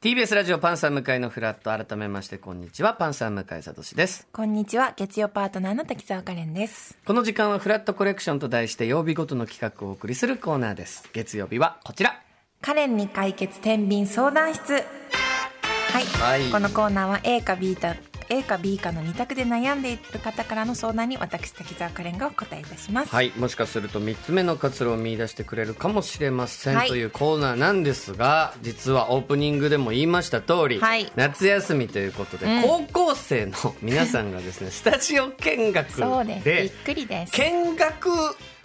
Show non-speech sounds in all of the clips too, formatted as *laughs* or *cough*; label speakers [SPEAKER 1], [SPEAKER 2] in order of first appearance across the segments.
[SPEAKER 1] TBS ラジオパンサー向井のフラット改めましてこんにちはパンサー向井聡です
[SPEAKER 2] こんにちは月曜パートナーの滝沢カレンです
[SPEAKER 1] この時間はフラットコレクションと題して曜日ごとの企画をお送りするコーナーです月曜日はこちら
[SPEAKER 2] カレンに解決天秤相談室はい、
[SPEAKER 1] はい
[SPEAKER 2] このコーナーは A か B か A か B かの二択で悩んでいる方からの相談に私滝沢カレンがお答えいたします
[SPEAKER 1] はいもしかすると3つ目の活路を見出してくれるかもしれません、
[SPEAKER 2] はい
[SPEAKER 1] というコーナーなんですが実はオープニングでも言いました通り、
[SPEAKER 2] はい
[SPEAKER 1] 夏休みということで、
[SPEAKER 2] うん
[SPEAKER 1] 高校生の皆さんがですねスタジオ見学
[SPEAKER 2] そうですびっ
[SPEAKER 1] で
[SPEAKER 2] くりです
[SPEAKER 1] 見学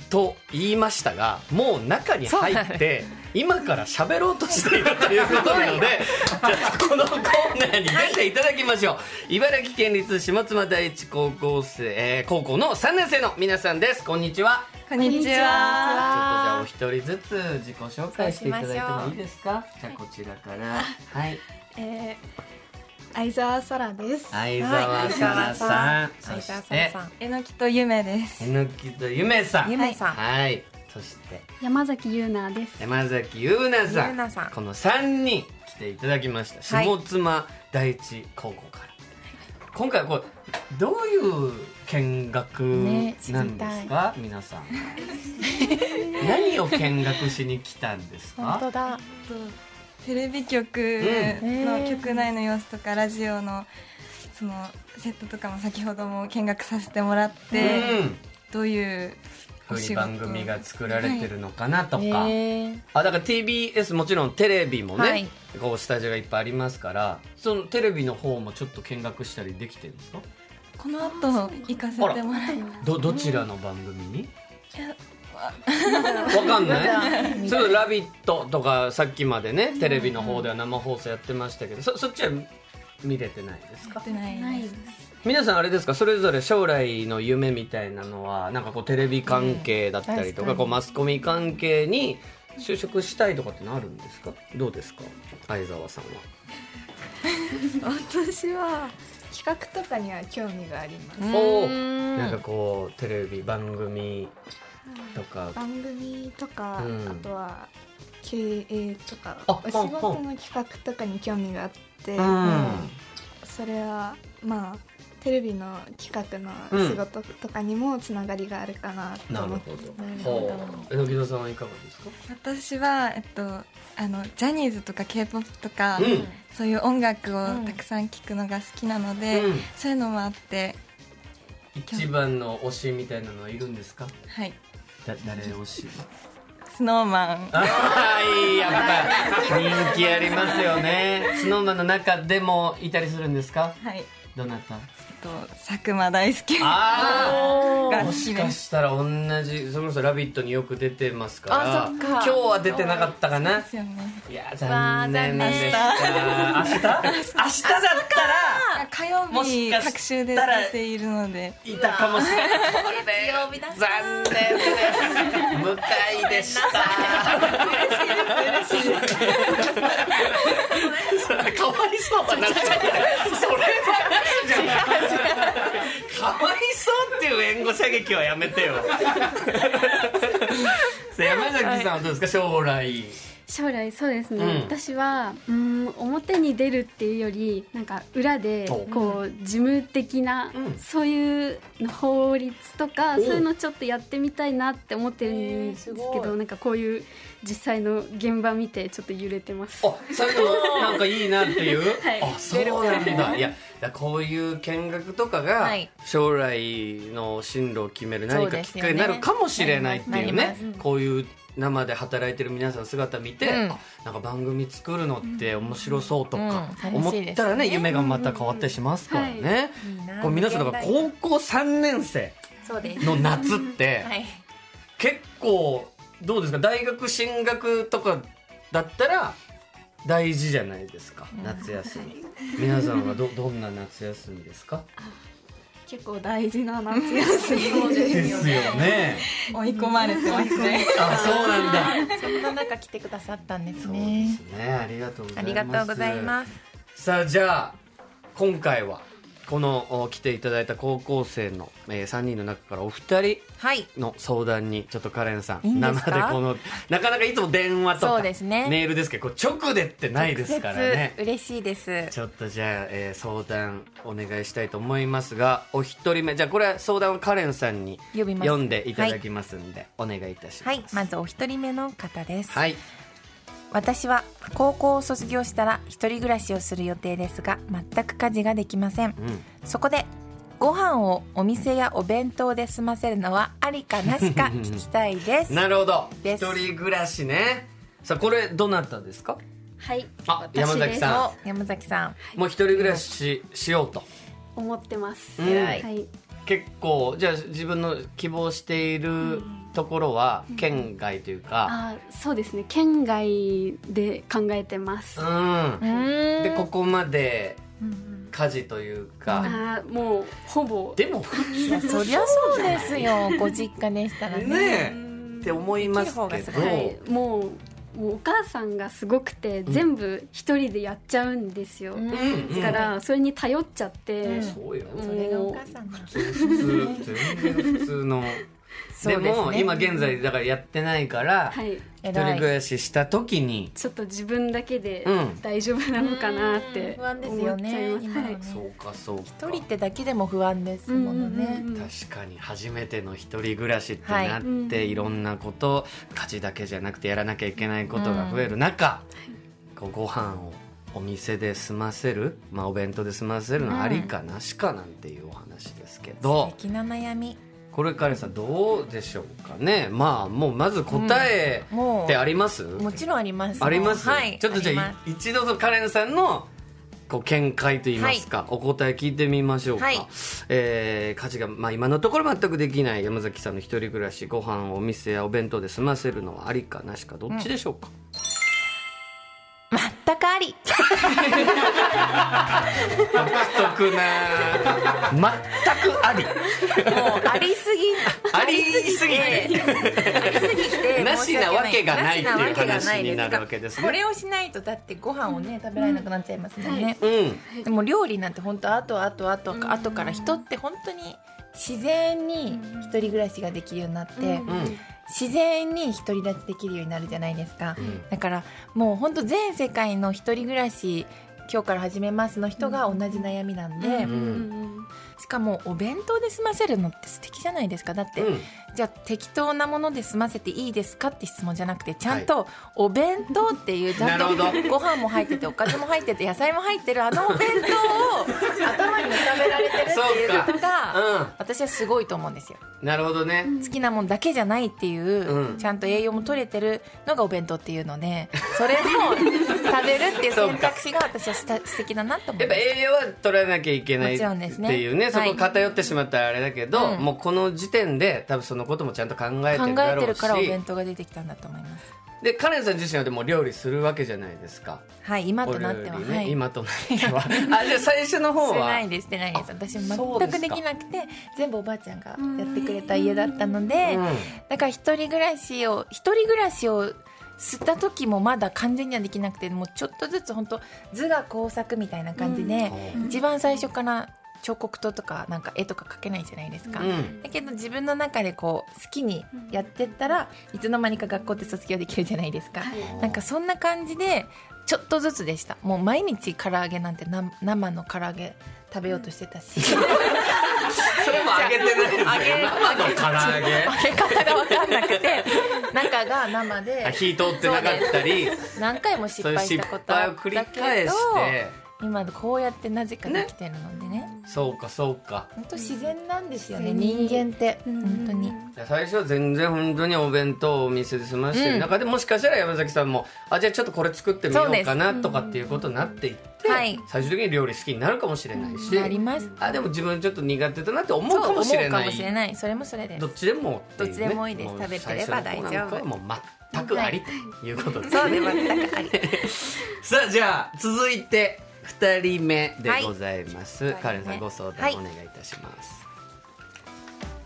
[SPEAKER 1] と言いましたがもう中に入
[SPEAKER 2] そ
[SPEAKER 1] っ
[SPEAKER 2] う
[SPEAKER 1] て今から喋ろうとしているということなのでじゃあこのコーナーに出ていただきましょう、茨城県立下妻第一高校生、えー高校の3年生の皆さんですこんにちは
[SPEAKER 3] こんに
[SPEAKER 1] ちょっと
[SPEAKER 3] ちは。
[SPEAKER 1] じゃあお一人ずつ自己紹介していただいてもいいですかじゃあこちらからはい
[SPEAKER 3] えー、相沢沙羅です。
[SPEAKER 1] 相沢沙羅さんそ
[SPEAKER 2] 相沢
[SPEAKER 1] し
[SPEAKER 2] 沙羅
[SPEAKER 1] て
[SPEAKER 2] さん
[SPEAKER 3] えのきとゆめです。
[SPEAKER 1] えのきとゆめさん
[SPEAKER 2] ゆめさん、
[SPEAKER 1] はいそして
[SPEAKER 4] 山崎優奈です。
[SPEAKER 1] 山崎優奈さん
[SPEAKER 2] 優奈さん
[SPEAKER 1] この3人来ていただきました
[SPEAKER 2] はい
[SPEAKER 1] 下妻第一高校から、今回はこうどういう見学
[SPEAKER 2] ね知り
[SPEAKER 1] な
[SPEAKER 2] た
[SPEAKER 1] いんですか、皆さん何を見学しに来たんです
[SPEAKER 2] 本当
[SPEAKER 1] か
[SPEAKER 2] だ
[SPEAKER 5] テレビ局の局内の様子とか、ラジオのそのセットとかも先ほども見学させてもらって、
[SPEAKER 1] うん
[SPEAKER 5] どういう
[SPEAKER 1] ふうに番組が作られてるのかなとか、
[SPEAKER 2] え
[SPEAKER 1] あだから TBS もちろんテレビもね、
[SPEAKER 2] はい
[SPEAKER 1] こうスタジオがいっぱいありますからそのテレビの方もちょっと見学したりできてるんですか
[SPEAKER 5] この後行かせてもらい
[SPEAKER 1] どどちらの番組にわかんないそれラビット!」とかさっきまでねテレビの方では生放送やってましたけどそそっちは見れてないですか
[SPEAKER 5] ってない
[SPEAKER 4] ない
[SPEAKER 5] です。
[SPEAKER 1] 皆さんあれですかそれぞれ将来の夢みたいなのはなんかこうテレビ関係だったりとか,、
[SPEAKER 2] うん確かに
[SPEAKER 1] こうマスコミ関係に就職したいとかってのあるんですかどうですか相沢さんは
[SPEAKER 3] *laughs* 私は企画とかには興味があります。
[SPEAKER 1] おーなんかこうテレビ番組とか
[SPEAKER 3] 番組とか、
[SPEAKER 1] うん
[SPEAKER 3] あとは経営とか
[SPEAKER 1] あ
[SPEAKER 3] お仕事の企画とかに興味があって、それはまあテレビの企画の仕事とかにもつながりがあるかなと
[SPEAKER 1] なる
[SPEAKER 3] 思っ
[SPEAKER 1] ほ
[SPEAKER 3] て、
[SPEAKER 1] ど。ほう。榎戸さんはいかがですか。
[SPEAKER 5] 私はえっとあのジャニーズとか K-POP とか、そういう音楽をたくさん聴くのが好きなので、
[SPEAKER 1] うん
[SPEAKER 5] そういうのもあって、
[SPEAKER 1] 一番の推しみたいなのはいるんですか。
[SPEAKER 5] はい、
[SPEAKER 1] だ誰推し。
[SPEAKER 5] スノーマン、
[SPEAKER 1] ああいいやっぱ人気ありますよね。スノーマンの中でもいたりするんですか。
[SPEAKER 5] はい、えっ
[SPEAKER 1] どなた。
[SPEAKER 5] と佐久間大介が
[SPEAKER 1] ああ。
[SPEAKER 5] 好
[SPEAKER 1] も
[SPEAKER 5] き
[SPEAKER 1] し
[SPEAKER 5] で
[SPEAKER 1] か
[SPEAKER 5] す。
[SPEAKER 1] したら同じそれこそ「ラビット!」によく出てますから
[SPEAKER 2] あそっか
[SPEAKER 1] 今日は出てなかったかな
[SPEAKER 5] ですよね。
[SPEAKER 1] いや残念でした明日明日だったら
[SPEAKER 5] あ火曜
[SPEAKER 1] もし
[SPEAKER 5] 日
[SPEAKER 1] かしたら
[SPEAKER 5] 各週で出ているので
[SPEAKER 1] いたかもしれない
[SPEAKER 2] 曜日だ
[SPEAKER 1] 残念です。向井で
[SPEAKER 3] *laughs*
[SPEAKER 1] した。嬉しいです。嬉しい。かわいそうはなっちゃった。それ話じゃない。かわいそうっていう援護射撃はやめ
[SPEAKER 2] *laughs*
[SPEAKER 1] てよ。さあ山崎さんはどうですか将来。
[SPEAKER 4] 将来そうですね。
[SPEAKER 1] うん
[SPEAKER 4] 私はうん表に出るっていうよりなんか裏で
[SPEAKER 1] お
[SPEAKER 4] こう事務的な、
[SPEAKER 1] うん
[SPEAKER 4] そういう法律とかそ
[SPEAKER 1] お
[SPEAKER 4] ういうのちょっとやってみたいなって思ってるんですけ
[SPEAKER 1] へーすご
[SPEAKER 4] ど、なんかこういう実際の現場見てちょっと揺れてます。
[SPEAKER 1] あ、最後のなんかいいなっていう。
[SPEAKER 4] はい
[SPEAKER 1] あ、そうなんだ。いや、だからこういう見学とかが
[SPEAKER 2] はい
[SPEAKER 1] 将来の進路を決める
[SPEAKER 2] そ
[SPEAKER 1] 何
[SPEAKER 2] う
[SPEAKER 1] か
[SPEAKER 2] で
[SPEAKER 1] き
[SPEAKER 2] す
[SPEAKER 1] っか
[SPEAKER 2] よね
[SPEAKER 1] けになるかもしれないって
[SPEAKER 2] な
[SPEAKER 1] いう
[SPEAKER 2] り
[SPEAKER 1] ね
[SPEAKER 2] ま。
[SPEAKER 1] こういう生で働いてる皆さんの姿見て、
[SPEAKER 2] うん
[SPEAKER 1] あなんか番組作るのって面白そうとか
[SPEAKER 2] うん
[SPEAKER 1] 思っ
[SPEAKER 2] 楽しいです
[SPEAKER 1] た
[SPEAKER 2] よ
[SPEAKER 1] ら
[SPEAKER 2] ね
[SPEAKER 1] ね、夢がまた変わったりしますから
[SPEAKER 4] うんうん
[SPEAKER 1] ね。
[SPEAKER 2] いいな
[SPEAKER 1] これ皆さんだから高校3年生
[SPEAKER 2] そうです
[SPEAKER 1] の夏って
[SPEAKER 2] はい
[SPEAKER 1] 結構どうですか大学進学とかだったら大事じゃないですか夏休み皆さんはどどんな夏休みですか
[SPEAKER 3] 結構大事な夏休みで
[SPEAKER 1] ですよね
[SPEAKER 5] 追い込まれてますね。
[SPEAKER 1] あそうなんだ
[SPEAKER 2] *laughs* そんな中来てくださったんです
[SPEAKER 1] そう
[SPEAKER 2] ね
[SPEAKER 1] ですねありがとうござい
[SPEAKER 2] あ
[SPEAKER 1] ます
[SPEAKER 2] りがとうございます
[SPEAKER 1] さあじゃあ今回はこのお来ていただいた高校生の、えー、3人の中からお二人
[SPEAKER 2] はい
[SPEAKER 1] の相談にちょっとカレンさん
[SPEAKER 2] いいんです
[SPEAKER 1] 生
[SPEAKER 2] か
[SPEAKER 1] でこのなかなかいつも電話と
[SPEAKER 2] そ
[SPEAKER 1] か
[SPEAKER 2] うですね
[SPEAKER 1] メールですけどこう直でってないですからね
[SPEAKER 2] 直接嬉しいです
[SPEAKER 1] ちょっとじゃあ、えー相談お願いしたいと思いますがお一人目じゃあこれは相談をカレンさんに
[SPEAKER 2] 呼びます
[SPEAKER 1] 読んでいただきますんで、お願いいたします
[SPEAKER 2] はいまずお一人目の方です、
[SPEAKER 1] はい
[SPEAKER 2] 私は高校を卒業したら一人暮らしをする予定ですが全く家事ができません
[SPEAKER 1] うん
[SPEAKER 2] そこでご飯をお店やお弁当で済ませるのはありかな
[SPEAKER 1] *laughs*
[SPEAKER 2] しか聞きたいです
[SPEAKER 1] なるほど一
[SPEAKER 2] です
[SPEAKER 1] 人暮らしねさあこれどなたですか
[SPEAKER 4] はい
[SPEAKER 1] あ山崎さん
[SPEAKER 2] お山崎さん
[SPEAKER 1] もう一人暮らししようと
[SPEAKER 4] 思ってます、
[SPEAKER 1] うん偉い
[SPEAKER 4] はい
[SPEAKER 1] 結構じゃあ自分の希望しているところは県外というか
[SPEAKER 4] あそうですね県外で考えてます、
[SPEAKER 1] *laughs* う
[SPEAKER 4] あ
[SPEAKER 1] ん
[SPEAKER 2] う、ーん
[SPEAKER 1] でここまで
[SPEAKER 2] うんうん
[SPEAKER 1] 家事というか、
[SPEAKER 4] ーもうほぼ
[SPEAKER 1] でも普
[SPEAKER 2] いやそりゃそうですよご実家でしたら
[SPEAKER 1] 通
[SPEAKER 2] ね
[SPEAKER 1] ねって思いますけ
[SPEAKER 2] できる方がす
[SPEAKER 1] ど、
[SPEAKER 2] ご
[SPEAKER 4] はい、もうもうお母さんがすごくて全部一人でやっちゃうんですよ、
[SPEAKER 2] うん
[SPEAKER 1] うんうん
[SPEAKER 4] だからそれに頼っちゃって、
[SPEAKER 2] うん
[SPEAKER 1] そうよ
[SPEAKER 2] それがお母さんの
[SPEAKER 1] 普通全然普通の
[SPEAKER 2] そう
[SPEAKER 1] ですも
[SPEAKER 2] ね
[SPEAKER 1] 今現在だからやってないから、
[SPEAKER 4] はい
[SPEAKER 1] 一人
[SPEAKER 2] 偉い
[SPEAKER 1] 暮らしした時に
[SPEAKER 4] ちょっと自分だけで
[SPEAKER 1] うん
[SPEAKER 4] 大丈夫なのかなって
[SPEAKER 2] 不安です
[SPEAKER 4] 思
[SPEAKER 2] よ
[SPEAKER 4] っちゃ
[SPEAKER 2] ね
[SPEAKER 4] います、
[SPEAKER 2] 今は
[SPEAKER 4] はい
[SPEAKER 2] ね
[SPEAKER 1] そうかそうか
[SPEAKER 2] 一人ってだけでも不安ですものね、
[SPEAKER 4] うんうんうん
[SPEAKER 1] 確かに初めての一人暮らしってなって、、
[SPEAKER 4] はい
[SPEAKER 1] ろんなこと家事だけじゃなくてやらなきゃいけないことが増える中、こうご飯をお店で済ませる、まあ、お弁当で済ませる
[SPEAKER 2] うん
[SPEAKER 1] のありかなしかなんていうお話ですけ
[SPEAKER 2] 素
[SPEAKER 1] ど、
[SPEAKER 2] 敵な悩み
[SPEAKER 1] これカレンさんどうでしょうかねまあもうまず答え
[SPEAKER 2] も
[SPEAKER 1] ってあります、
[SPEAKER 2] うもちろんあります
[SPEAKER 1] あります、
[SPEAKER 2] はい
[SPEAKER 1] ちょっとじ
[SPEAKER 2] あり
[SPEAKER 1] ゃ
[SPEAKER 2] ま
[SPEAKER 1] あい一度そのカレンさんのこう見解といいますか、お答え聞いてみましょうか、
[SPEAKER 2] はい
[SPEAKER 1] えー家事が、まあ、今のところ全くできない山崎さんの一人暮らしご飯をお店やお弁当で済ませるのはありかなしかどっちでしょうか、
[SPEAKER 2] す全くあり
[SPEAKER 1] 独特な全くあり
[SPEAKER 2] もうありすぎ
[SPEAKER 1] *laughs* ありすぎて
[SPEAKER 2] ありすぎ
[SPEAKER 1] *laughs*
[SPEAKER 2] て
[SPEAKER 1] なしなわけがないって
[SPEAKER 2] *laughs*
[SPEAKER 1] いう話になるわけです
[SPEAKER 2] これ
[SPEAKER 1] ね
[SPEAKER 2] をしないとだってご飯をね食べられなくなっちゃいますもんね、
[SPEAKER 1] うん
[SPEAKER 2] でも料理なんて本当後後後後から人って本当に自然に一人暮らしができるようになって、
[SPEAKER 1] うん
[SPEAKER 2] 自然に独り立ちできるようになるじゃないですか、
[SPEAKER 1] うん
[SPEAKER 2] だからもう本当全世界の一人暮らし今日から始めますの人が同じ悩みなんで、
[SPEAKER 1] う
[SPEAKER 4] うん
[SPEAKER 1] ん
[SPEAKER 2] しかもお弁当で済ませるのって素敵じゃないですかだって、
[SPEAKER 1] うん
[SPEAKER 2] じゃあ適当なもので済ませていいですかって質問じゃなくてちゃんとお弁当っていう、ちゃんと
[SPEAKER 1] なるほど
[SPEAKER 2] ご飯も入ってておかずも入ってて野菜も入ってるあのお弁当を頭に浮かべられてるってい
[SPEAKER 1] *laughs*
[SPEAKER 2] うことが
[SPEAKER 1] う
[SPEAKER 2] 私はすごいと思うんですよ。
[SPEAKER 1] んなるほどね、
[SPEAKER 2] 好きなもんだけじゃないっていう、
[SPEAKER 1] うん
[SPEAKER 2] ちゃんと栄養も取れてるのがお弁当っていうの
[SPEAKER 1] *laughs*
[SPEAKER 2] でそれを食べるっていう選択肢が私はした素敵だなと思
[SPEAKER 1] や
[SPEAKER 2] い
[SPEAKER 1] っ
[SPEAKER 2] ま
[SPEAKER 1] ぱ
[SPEAKER 2] す。
[SPEAKER 1] 栄養は取らなきゃいけないって
[SPEAKER 2] もちろんですね
[SPEAKER 1] いうねそ
[SPEAKER 2] は
[SPEAKER 1] こ
[SPEAKER 2] い
[SPEAKER 1] 偏ってしまったらあれだけど、
[SPEAKER 2] うん
[SPEAKER 1] もうこの時点で多分そのこともちゃんと考えて
[SPEAKER 2] 考
[SPEAKER 1] るだ
[SPEAKER 2] えて
[SPEAKER 1] ろう
[SPEAKER 2] る
[SPEAKER 1] し
[SPEAKER 2] からお弁当が出てきたんだと思います。
[SPEAKER 1] でカレンさん自身はでも料理するわけじゃないですか
[SPEAKER 2] はい、今となっては、
[SPEAKER 1] お料理ね
[SPEAKER 2] はい、
[SPEAKER 1] 今となってはあじゃあ最初の
[SPEAKER 2] *laughs* し
[SPEAKER 1] 方
[SPEAKER 2] て
[SPEAKER 1] は
[SPEAKER 2] ないですしてないです私
[SPEAKER 1] そう
[SPEAKER 2] 全
[SPEAKER 1] です
[SPEAKER 2] く
[SPEAKER 1] か
[SPEAKER 2] できなくて全部おばあちゃんがやってくれた家だったので、
[SPEAKER 1] うん
[SPEAKER 2] だから一人暮らしを一人暮らしを吸った時もまだ完全にはできなくてもうちょっとずつ本当図画工作みたいな感じで、
[SPEAKER 1] うん
[SPEAKER 2] 一番最初から彫刻刀とかなんか絵とか描けないじゃないですか、
[SPEAKER 1] うん
[SPEAKER 2] だけど自分の中でこう好きにやってったらいつの間にか学校って卒業できるじゃないですか、
[SPEAKER 4] はい
[SPEAKER 2] なんかそんな感じでちょっとずつでしたもう毎日唐揚げなんてな生の唐揚げ食べようとしてたし
[SPEAKER 1] それも揚げてないですよ生の唐揚げ
[SPEAKER 2] 揚げ方が分かんなく
[SPEAKER 1] *laughs*
[SPEAKER 2] て中が生
[SPEAKER 1] あ
[SPEAKER 2] で
[SPEAKER 1] 火通ってなかったり
[SPEAKER 2] 何回も失
[SPEAKER 1] そういう
[SPEAKER 2] 敗し
[SPEAKER 1] 失
[SPEAKER 2] たこと
[SPEAKER 1] 敗を繰り返して
[SPEAKER 2] 今こうやってなぜかできてるのでね
[SPEAKER 1] そうかそうか
[SPEAKER 2] 本当自然なんですよね
[SPEAKER 4] 自然に
[SPEAKER 2] 人間って
[SPEAKER 4] うん
[SPEAKER 2] 本当に
[SPEAKER 1] いや最初は全然本当にお弁当をお店で済まして
[SPEAKER 2] う
[SPEAKER 1] る
[SPEAKER 2] ん
[SPEAKER 1] 中で、もしかしたら山崎さんもあじゃあちょっとこれ作ってみよ
[SPEAKER 2] そう
[SPEAKER 1] う
[SPEAKER 2] で
[SPEAKER 1] か
[SPEAKER 2] す
[SPEAKER 1] なとかっていうことになっていって、
[SPEAKER 2] はい
[SPEAKER 1] 最終的に料理好きになるかもしれないし、
[SPEAKER 2] なります
[SPEAKER 1] あでも自分ちょっと苦手だなって思
[SPEAKER 2] そう
[SPEAKER 1] かもしれ
[SPEAKER 2] 思う
[SPEAKER 1] な
[SPEAKER 2] か
[SPEAKER 1] い
[SPEAKER 2] もしれないそれもそれです
[SPEAKER 1] どっちでもっていう、ね、
[SPEAKER 2] どっちでもいいです
[SPEAKER 1] う
[SPEAKER 2] 食べてれば
[SPEAKER 1] 最初の子なんかは
[SPEAKER 2] 大丈夫
[SPEAKER 1] もう全くありということです、
[SPEAKER 2] そうで全くあり
[SPEAKER 1] *laughs* さあじゃあ続いて2人目でございます、
[SPEAKER 2] はい
[SPEAKER 1] カレンさんご相談
[SPEAKER 2] はい
[SPEAKER 1] お願いいたします、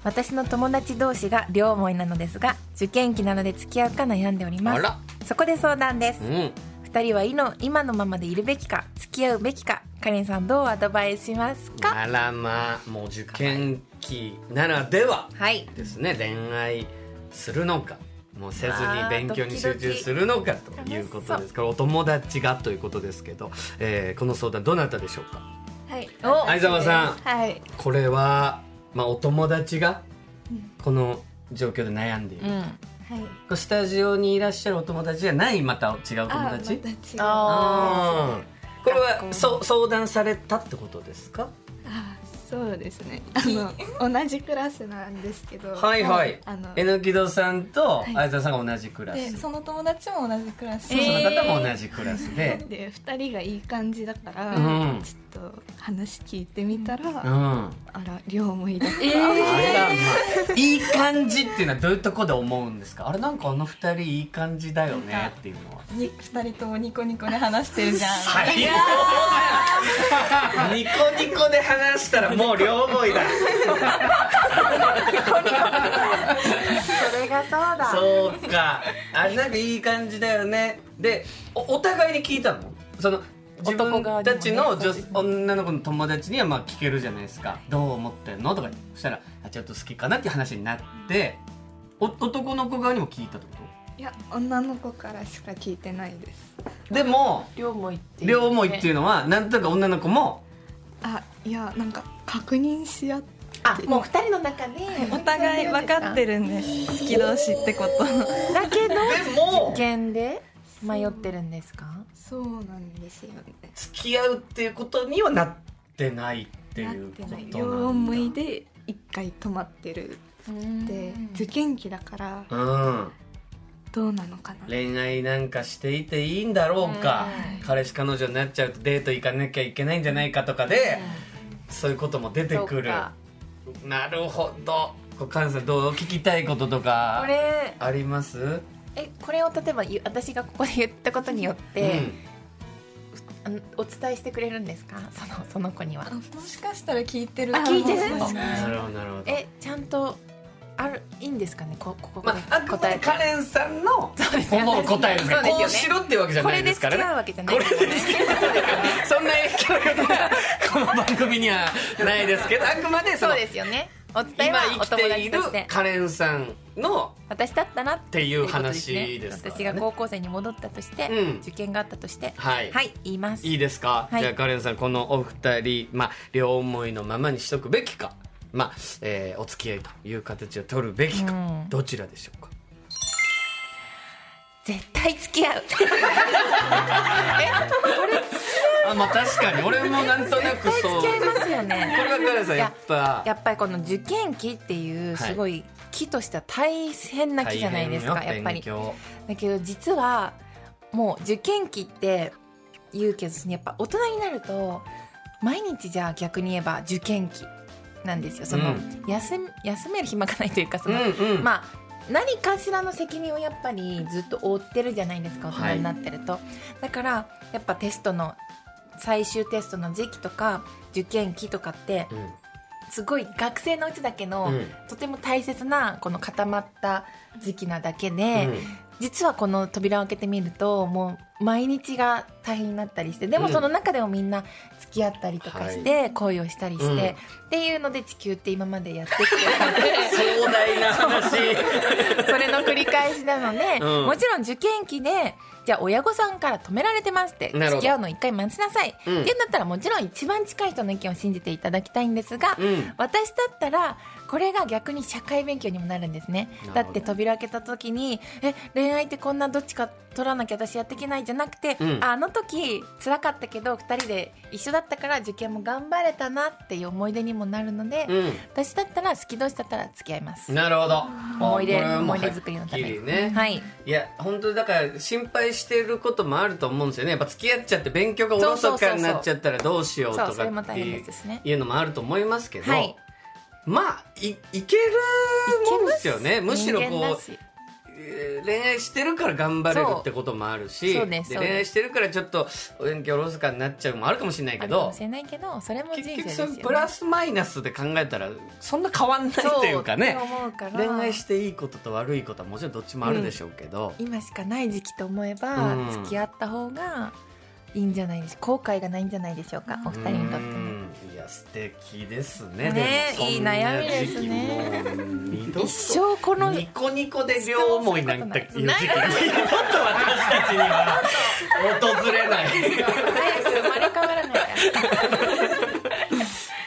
[SPEAKER 2] 私の友達同士が両思いなのですが受験期なので付き合うか悩んでおりま
[SPEAKER 1] あ
[SPEAKER 2] す
[SPEAKER 1] ら
[SPEAKER 2] そこで相談です
[SPEAKER 1] うん
[SPEAKER 2] 二二人はいの今のままでいるべきか付き合うべきかカレンさんどうアドバイスしますか
[SPEAKER 1] あらまあもう受験期ならでは
[SPEAKER 2] はい
[SPEAKER 1] ですね恋愛するのかもうせずに勉強に集中するのかということですからお友達がということですけど、えーこの相談どなたでしょうか
[SPEAKER 3] はい
[SPEAKER 2] お
[SPEAKER 1] 相沢さん
[SPEAKER 3] はい
[SPEAKER 1] これは、まあ、お友達がこの状況で悩んでいる、
[SPEAKER 2] うん
[SPEAKER 3] はい
[SPEAKER 1] これスタジオにいらっしゃるお友達じゃないまた違うお友達
[SPEAKER 3] 達
[SPEAKER 2] あ
[SPEAKER 1] あーこれ
[SPEAKER 2] 学校
[SPEAKER 1] は
[SPEAKER 2] の
[SPEAKER 1] そう相談されたってことですか
[SPEAKER 3] あそうですねあの同じクラスなんですけど
[SPEAKER 1] はいはい
[SPEAKER 3] あの
[SPEAKER 1] えのきどさんと相沢さんが同じクラス、
[SPEAKER 5] でその友達も同じクラス、
[SPEAKER 1] その方も同じクラスで、
[SPEAKER 3] で2人がいい感じだから、
[SPEAKER 1] うん
[SPEAKER 3] ちょっと話聞いてみたら、
[SPEAKER 1] うんあ
[SPEAKER 3] あら両思いだった、
[SPEAKER 1] らまあいい感じっていうのはどういうとこで思うんですかあれなんかあの二人いい感じだよねっていうのは
[SPEAKER 5] に二人ともニコニコで話してるじゃん
[SPEAKER 1] 最高だニコニコで話したらもう両思いだ
[SPEAKER 2] それがそうだ
[SPEAKER 1] そうかあれなんかいい感じだよねでおお互いに聞いたのその自
[SPEAKER 2] 男
[SPEAKER 1] 分
[SPEAKER 2] 側にもね
[SPEAKER 1] たちの
[SPEAKER 2] そう
[SPEAKER 1] 女,、
[SPEAKER 2] ですね
[SPEAKER 1] 女の子の友達にはまあ聞けるじゃないですかどう思ってんのとかそしたらあちょっと好きかなっていう話になってお男の子側にも聞いたってこ
[SPEAKER 3] いや女の子からしか聞いてないです
[SPEAKER 1] とでも
[SPEAKER 2] 両思いっていうね、
[SPEAKER 1] 両思いっていうのはなんとか女の子も
[SPEAKER 3] あいやなんか確認し合っ
[SPEAKER 2] あもう二人の中で
[SPEAKER 5] お互い分かってるんです好き同士ってこと
[SPEAKER 2] だけど
[SPEAKER 1] でも
[SPEAKER 2] 受験で迷ってるんですか
[SPEAKER 3] そうなんですよね
[SPEAKER 1] 付き合うっていうことにはなってないっていうことなんだ
[SPEAKER 3] 両思いで一回止まってるで受
[SPEAKER 2] で
[SPEAKER 3] 験期だから
[SPEAKER 1] うん
[SPEAKER 3] どうなのかな
[SPEAKER 1] 恋愛なんかしていていいんだろうか、彼氏彼女になっちゃうとデート行かなきゃいけないんじゃないかとかで、そういうことも出てくるなるほどこう菅さんどう聞きたいことと
[SPEAKER 2] こ
[SPEAKER 1] か
[SPEAKER 2] れ
[SPEAKER 1] あります、
[SPEAKER 2] えこれを例えば言う私がここで言ったことによって、あのお伝えしてくれるんですかそのその子には
[SPEAKER 5] もしかしたら聞いてる
[SPEAKER 2] あ聞いてる
[SPEAKER 5] もし
[SPEAKER 1] うん、
[SPEAKER 5] か
[SPEAKER 1] なるほどなるほど
[SPEAKER 2] えちゃんとあるいいんですかねこここ
[SPEAKER 1] ま
[SPEAKER 2] こで
[SPEAKER 1] あ、あくま
[SPEAKER 2] 答
[SPEAKER 1] で
[SPEAKER 2] え
[SPEAKER 1] カ
[SPEAKER 2] て
[SPEAKER 1] レンさんの
[SPEAKER 2] そうですね
[SPEAKER 1] 思う答えですから、
[SPEAKER 2] そう
[SPEAKER 1] こう
[SPEAKER 2] です
[SPEAKER 1] し
[SPEAKER 2] よね
[SPEAKER 1] ろってわけじゃ
[SPEAKER 2] こ
[SPEAKER 1] ない
[SPEAKER 2] れ
[SPEAKER 1] で
[SPEAKER 2] です
[SPEAKER 1] か
[SPEAKER 2] 付
[SPEAKER 1] ら
[SPEAKER 2] き
[SPEAKER 1] ね
[SPEAKER 2] 合うわけじゃない
[SPEAKER 1] これ
[SPEAKER 2] ですよね
[SPEAKER 1] で好きなんだからそんな影響力がこの番組にはないです
[SPEAKER 2] *laughs*
[SPEAKER 1] けどあくまでそ
[SPEAKER 2] そ
[SPEAKER 1] の
[SPEAKER 2] うですよねお伝え
[SPEAKER 1] 今
[SPEAKER 2] はお
[SPEAKER 1] 生き
[SPEAKER 2] 友
[SPEAKER 1] てい
[SPEAKER 2] 達
[SPEAKER 1] る
[SPEAKER 2] として
[SPEAKER 1] カレンさんの
[SPEAKER 2] 私だったなっ
[SPEAKER 1] っていう
[SPEAKER 2] ていうこと
[SPEAKER 1] 話ですからね
[SPEAKER 2] 私が高校生に戻ったとして、
[SPEAKER 1] うん
[SPEAKER 2] 受験があったとして
[SPEAKER 1] はい
[SPEAKER 2] はい言います
[SPEAKER 1] いいですか、
[SPEAKER 2] はい
[SPEAKER 1] じゃあカレンさんこのお二人、まあ、両思いのままにしとくべきか、まあえーお付き合いという形を取るべきか、
[SPEAKER 2] うん
[SPEAKER 1] どちらでしょうか
[SPEAKER 2] 絶対付
[SPEAKER 1] *laughs*
[SPEAKER 2] き合う
[SPEAKER 1] あまあ確かに俺もなんとなく
[SPEAKER 2] 絶
[SPEAKER 1] そうこ
[SPEAKER 2] 対付き合いますよね
[SPEAKER 1] れはカレンさん
[SPEAKER 2] い
[SPEAKER 1] や
[SPEAKER 2] や
[SPEAKER 1] っぱ
[SPEAKER 2] やっぱりこの受験期っていう
[SPEAKER 1] はい
[SPEAKER 2] すごい期としては大変な期じゃないですか、
[SPEAKER 1] 大変よ
[SPEAKER 2] やっぱり
[SPEAKER 1] 勉。強
[SPEAKER 2] だけど実はもう受験期って言うけどやっぱ大人になると毎日じゃあ逆に言えば受験期なんですよその、
[SPEAKER 1] う
[SPEAKER 2] 休み休める暇がないというかその、
[SPEAKER 1] うんうん
[SPEAKER 2] まあ何かしらの責任をやっぱりずっと負ってるじゃないですか大人になってると、だからやっぱテストの最終テストの時期とか受験期とかって
[SPEAKER 1] うん
[SPEAKER 2] すごい学生のうちだけの、
[SPEAKER 1] うん
[SPEAKER 2] とても大切なこの固まった時期なだけで、
[SPEAKER 1] うん
[SPEAKER 2] 実はこの扉を開けてみるともう毎日が大変になったりしてでも
[SPEAKER 1] うん
[SPEAKER 2] その中でもみんな付き合ったりとかして、恋をしたりして、っていうので地球って今までやってきて
[SPEAKER 1] *laughs*
[SPEAKER 2] る
[SPEAKER 1] 壮大な話
[SPEAKER 2] のでそれの繰り返しなので、
[SPEAKER 1] うん
[SPEAKER 2] もちろん受験期でじゃあ親御さんから止められてますって
[SPEAKER 1] なるほど
[SPEAKER 2] 付き合うの一回待ちなさい、
[SPEAKER 1] うん
[SPEAKER 2] っていうんだったらもちろん一番近い人の意見を信じていただきたいんですが、
[SPEAKER 1] うん
[SPEAKER 2] 私だったらこれが逆に社会勉強にもなるんですね
[SPEAKER 1] なるほど
[SPEAKER 2] だって扉開けた時にえ恋愛ってこんなどっちか取らなきゃ私やっていけないじゃなくて、
[SPEAKER 1] うん
[SPEAKER 2] ああの時辛かったけど2人で一緒だったから受験も頑張れたなっていう思い出にもなるので、
[SPEAKER 1] う
[SPEAKER 2] 私だったら好き同士だったら付き合います
[SPEAKER 1] ん、なるほど
[SPEAKER 2] 思い出
[SPEAKER 1] これはもう
[SPEAKER 2] 思い出作りのため
[SPEAKER 1] はっきりね、
[SPEAKER 2] はい
[SPEAKER 1] いや本当にだから心配してることもあると思うんですよねやっぱ付き合っちゃって勉強がおろそかになっちゃったらどうしようとか
[SPEAKER 2] そうそれも
[SPEAKER 1] っ
[SPEAKER 2] 大
[SPEAKER 1] て
[SPEAKER 2] 変
[SPEAKER 1] い
[SPEAKER 2] ですしね
[SPEAKER 1] うのもあると思いますけど、
[SPEAKER 2] はい
[SPEAKER 1] まあいいけるもんですよねむしろ
[SPEAKER 2] 人間
[SPEAKER 1] こ
[SPEAKER 2] だし
[SPEAKER 1] うえー恋愛してるから頑張れるってこともあるし
[SPEAKER 2] そうそうです
[SPEAKER 1] で
[SPEAKER 2] そうです
[SPEAKER 1] 恋愛してるからちょっとお勉強おろそかになっちゃうのもあるかもしれない
[SPEAKER 2] あ
[SPEAKER 1] け
[SPEAKER 2] るか
[SPEAKER 1] ど
[SPEAKER 2] もしれないけどそれも人
[SPEAKER 1] 結
[SPEAKER 2] 生で
[SPEAKER 1] 局
[SPEAKER 2] す
[SPEAKER 1] そ
[SPEAKER 2] よ、
[SPEAKER 1] の
[SPEAKER 2] ね、
[SPEAKER 1] プラスマイナスで考えたらそんな変わんないというかね
[SPEAKER 2] そって思うから
[SPEAKER 1] 恋愛していいことと悪いことはもちろんどっちもあるでしょうけど、
[SPEAKER 2] 今しかない時期と思えば、
[SPEAKER 1] うん
[SPEAKER 2] 付き合った方がいいんじゃないでしょう後悔がないんじゃないでしょうか、お二人にとってね
[SPEAKER 1] うんいや素敵ですね
[SPEAKER 2] ね
[SPEAKER 1] でも
[SPEAKER 2] いい
[SPEAKER 1] そんな
[SPEAKER 2] 悩みですね
[SPEAKER 1] 時期もう二度と
[SPEAKER 2] 一生この
[SPEAKER 1] ニコニコで両思いなんていう時期
[SPEAKER 2] な
[SPEAKER 1] が
[SPEAKER 2] い
[SPEAKER 1] 二度と私たちには訪れない
[SPEAKER 2] 早く生まれ変わらないから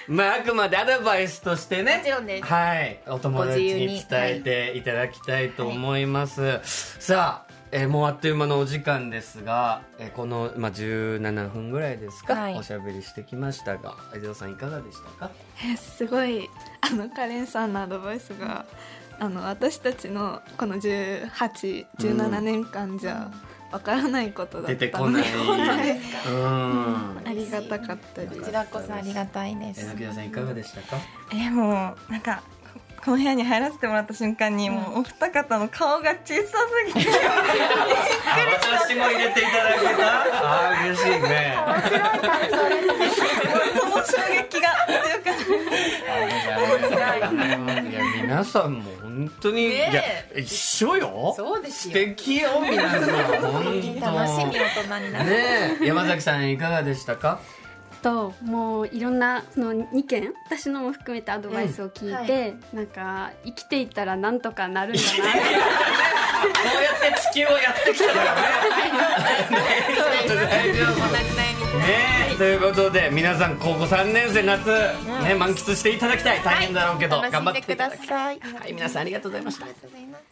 [SPEAKER 1] まああくまでアドバイスとしてね
[SPEAKER 2] もちろんです
[SPEAKER 1] はいお友達
[SPEAKER 2] ご自由
[SPEAKER 1] に
[SPEAKER 2] に
[SPEAKER 1] 伝えていただきたいと思います、さあえーもうあっという間のお時間ですが、えーこの、まあ、17分ぐらいですか、
[SPEAKER 2] はい
[SPEAKER 1] おしゃべりしてきましたが相沢さんいかがでしたか
[SPEAKER 3] えすごいあのカレンさんのアドバイスがあの私たちのこの1817年間じゃわからないことだったので
[SPEAKER 1] 出てこ
[SPEAKER 3] *laughs*
[SPEAKER 1] ないうん
[SPEAKER 3] ありがたかったです
[SPEAKER 2] こちらこそありがたいです
[SPEAKER 1] 榎田さんいかがでしたか
[SPEAKER 5] えもうなんかここの部屋に入らせてもらった瞬間にもうお二方の顔が小さすぎて
[SPEAKER 1] 私も入れていただけたあー嬉しいね
[SPEAKER 5] その衝撃が強かった
[SPEAKER 1] いや皆さんも本当に、
[SPEAKER 2] ね
[SPEAKER 1] いや一緒よ
[SPEAKER 2] そうです
[SPEAKER 1] 素
[SPEAKER 2] よ
[SPEAKER 1] 敵よ皆さん本当
[SPEAKER 2] 楽しみ大人になる、
[SPEAKER 1] ねえ山崎さんいかがでしたか
[SPEAKER 4] ともういろんなその2件私のも含めてアドバイスを聞いて、なんか生きていったらなんとかなるんだなって
[SPEAKER 1] こうやって地球をやってきたからね大丈夫ねえということで皆さん高校3年生夏、ね、満喫していただきたい大変だろうけど、
[SPEAKER 2] 楽
[SPEAKER 1] 頑張
[SPEAKER 2] しん
[SPEAKER 1] って
[SPEAKER 2] でく
[SPEAKER 1] いた
[SPEAKER 2] だ
[SPEAKER 1] だきたい
[SPEAKER 2] さい
[SPEAKER 1] はい皆さんありがとうございました
[SPEAKER 2] ありがとうございます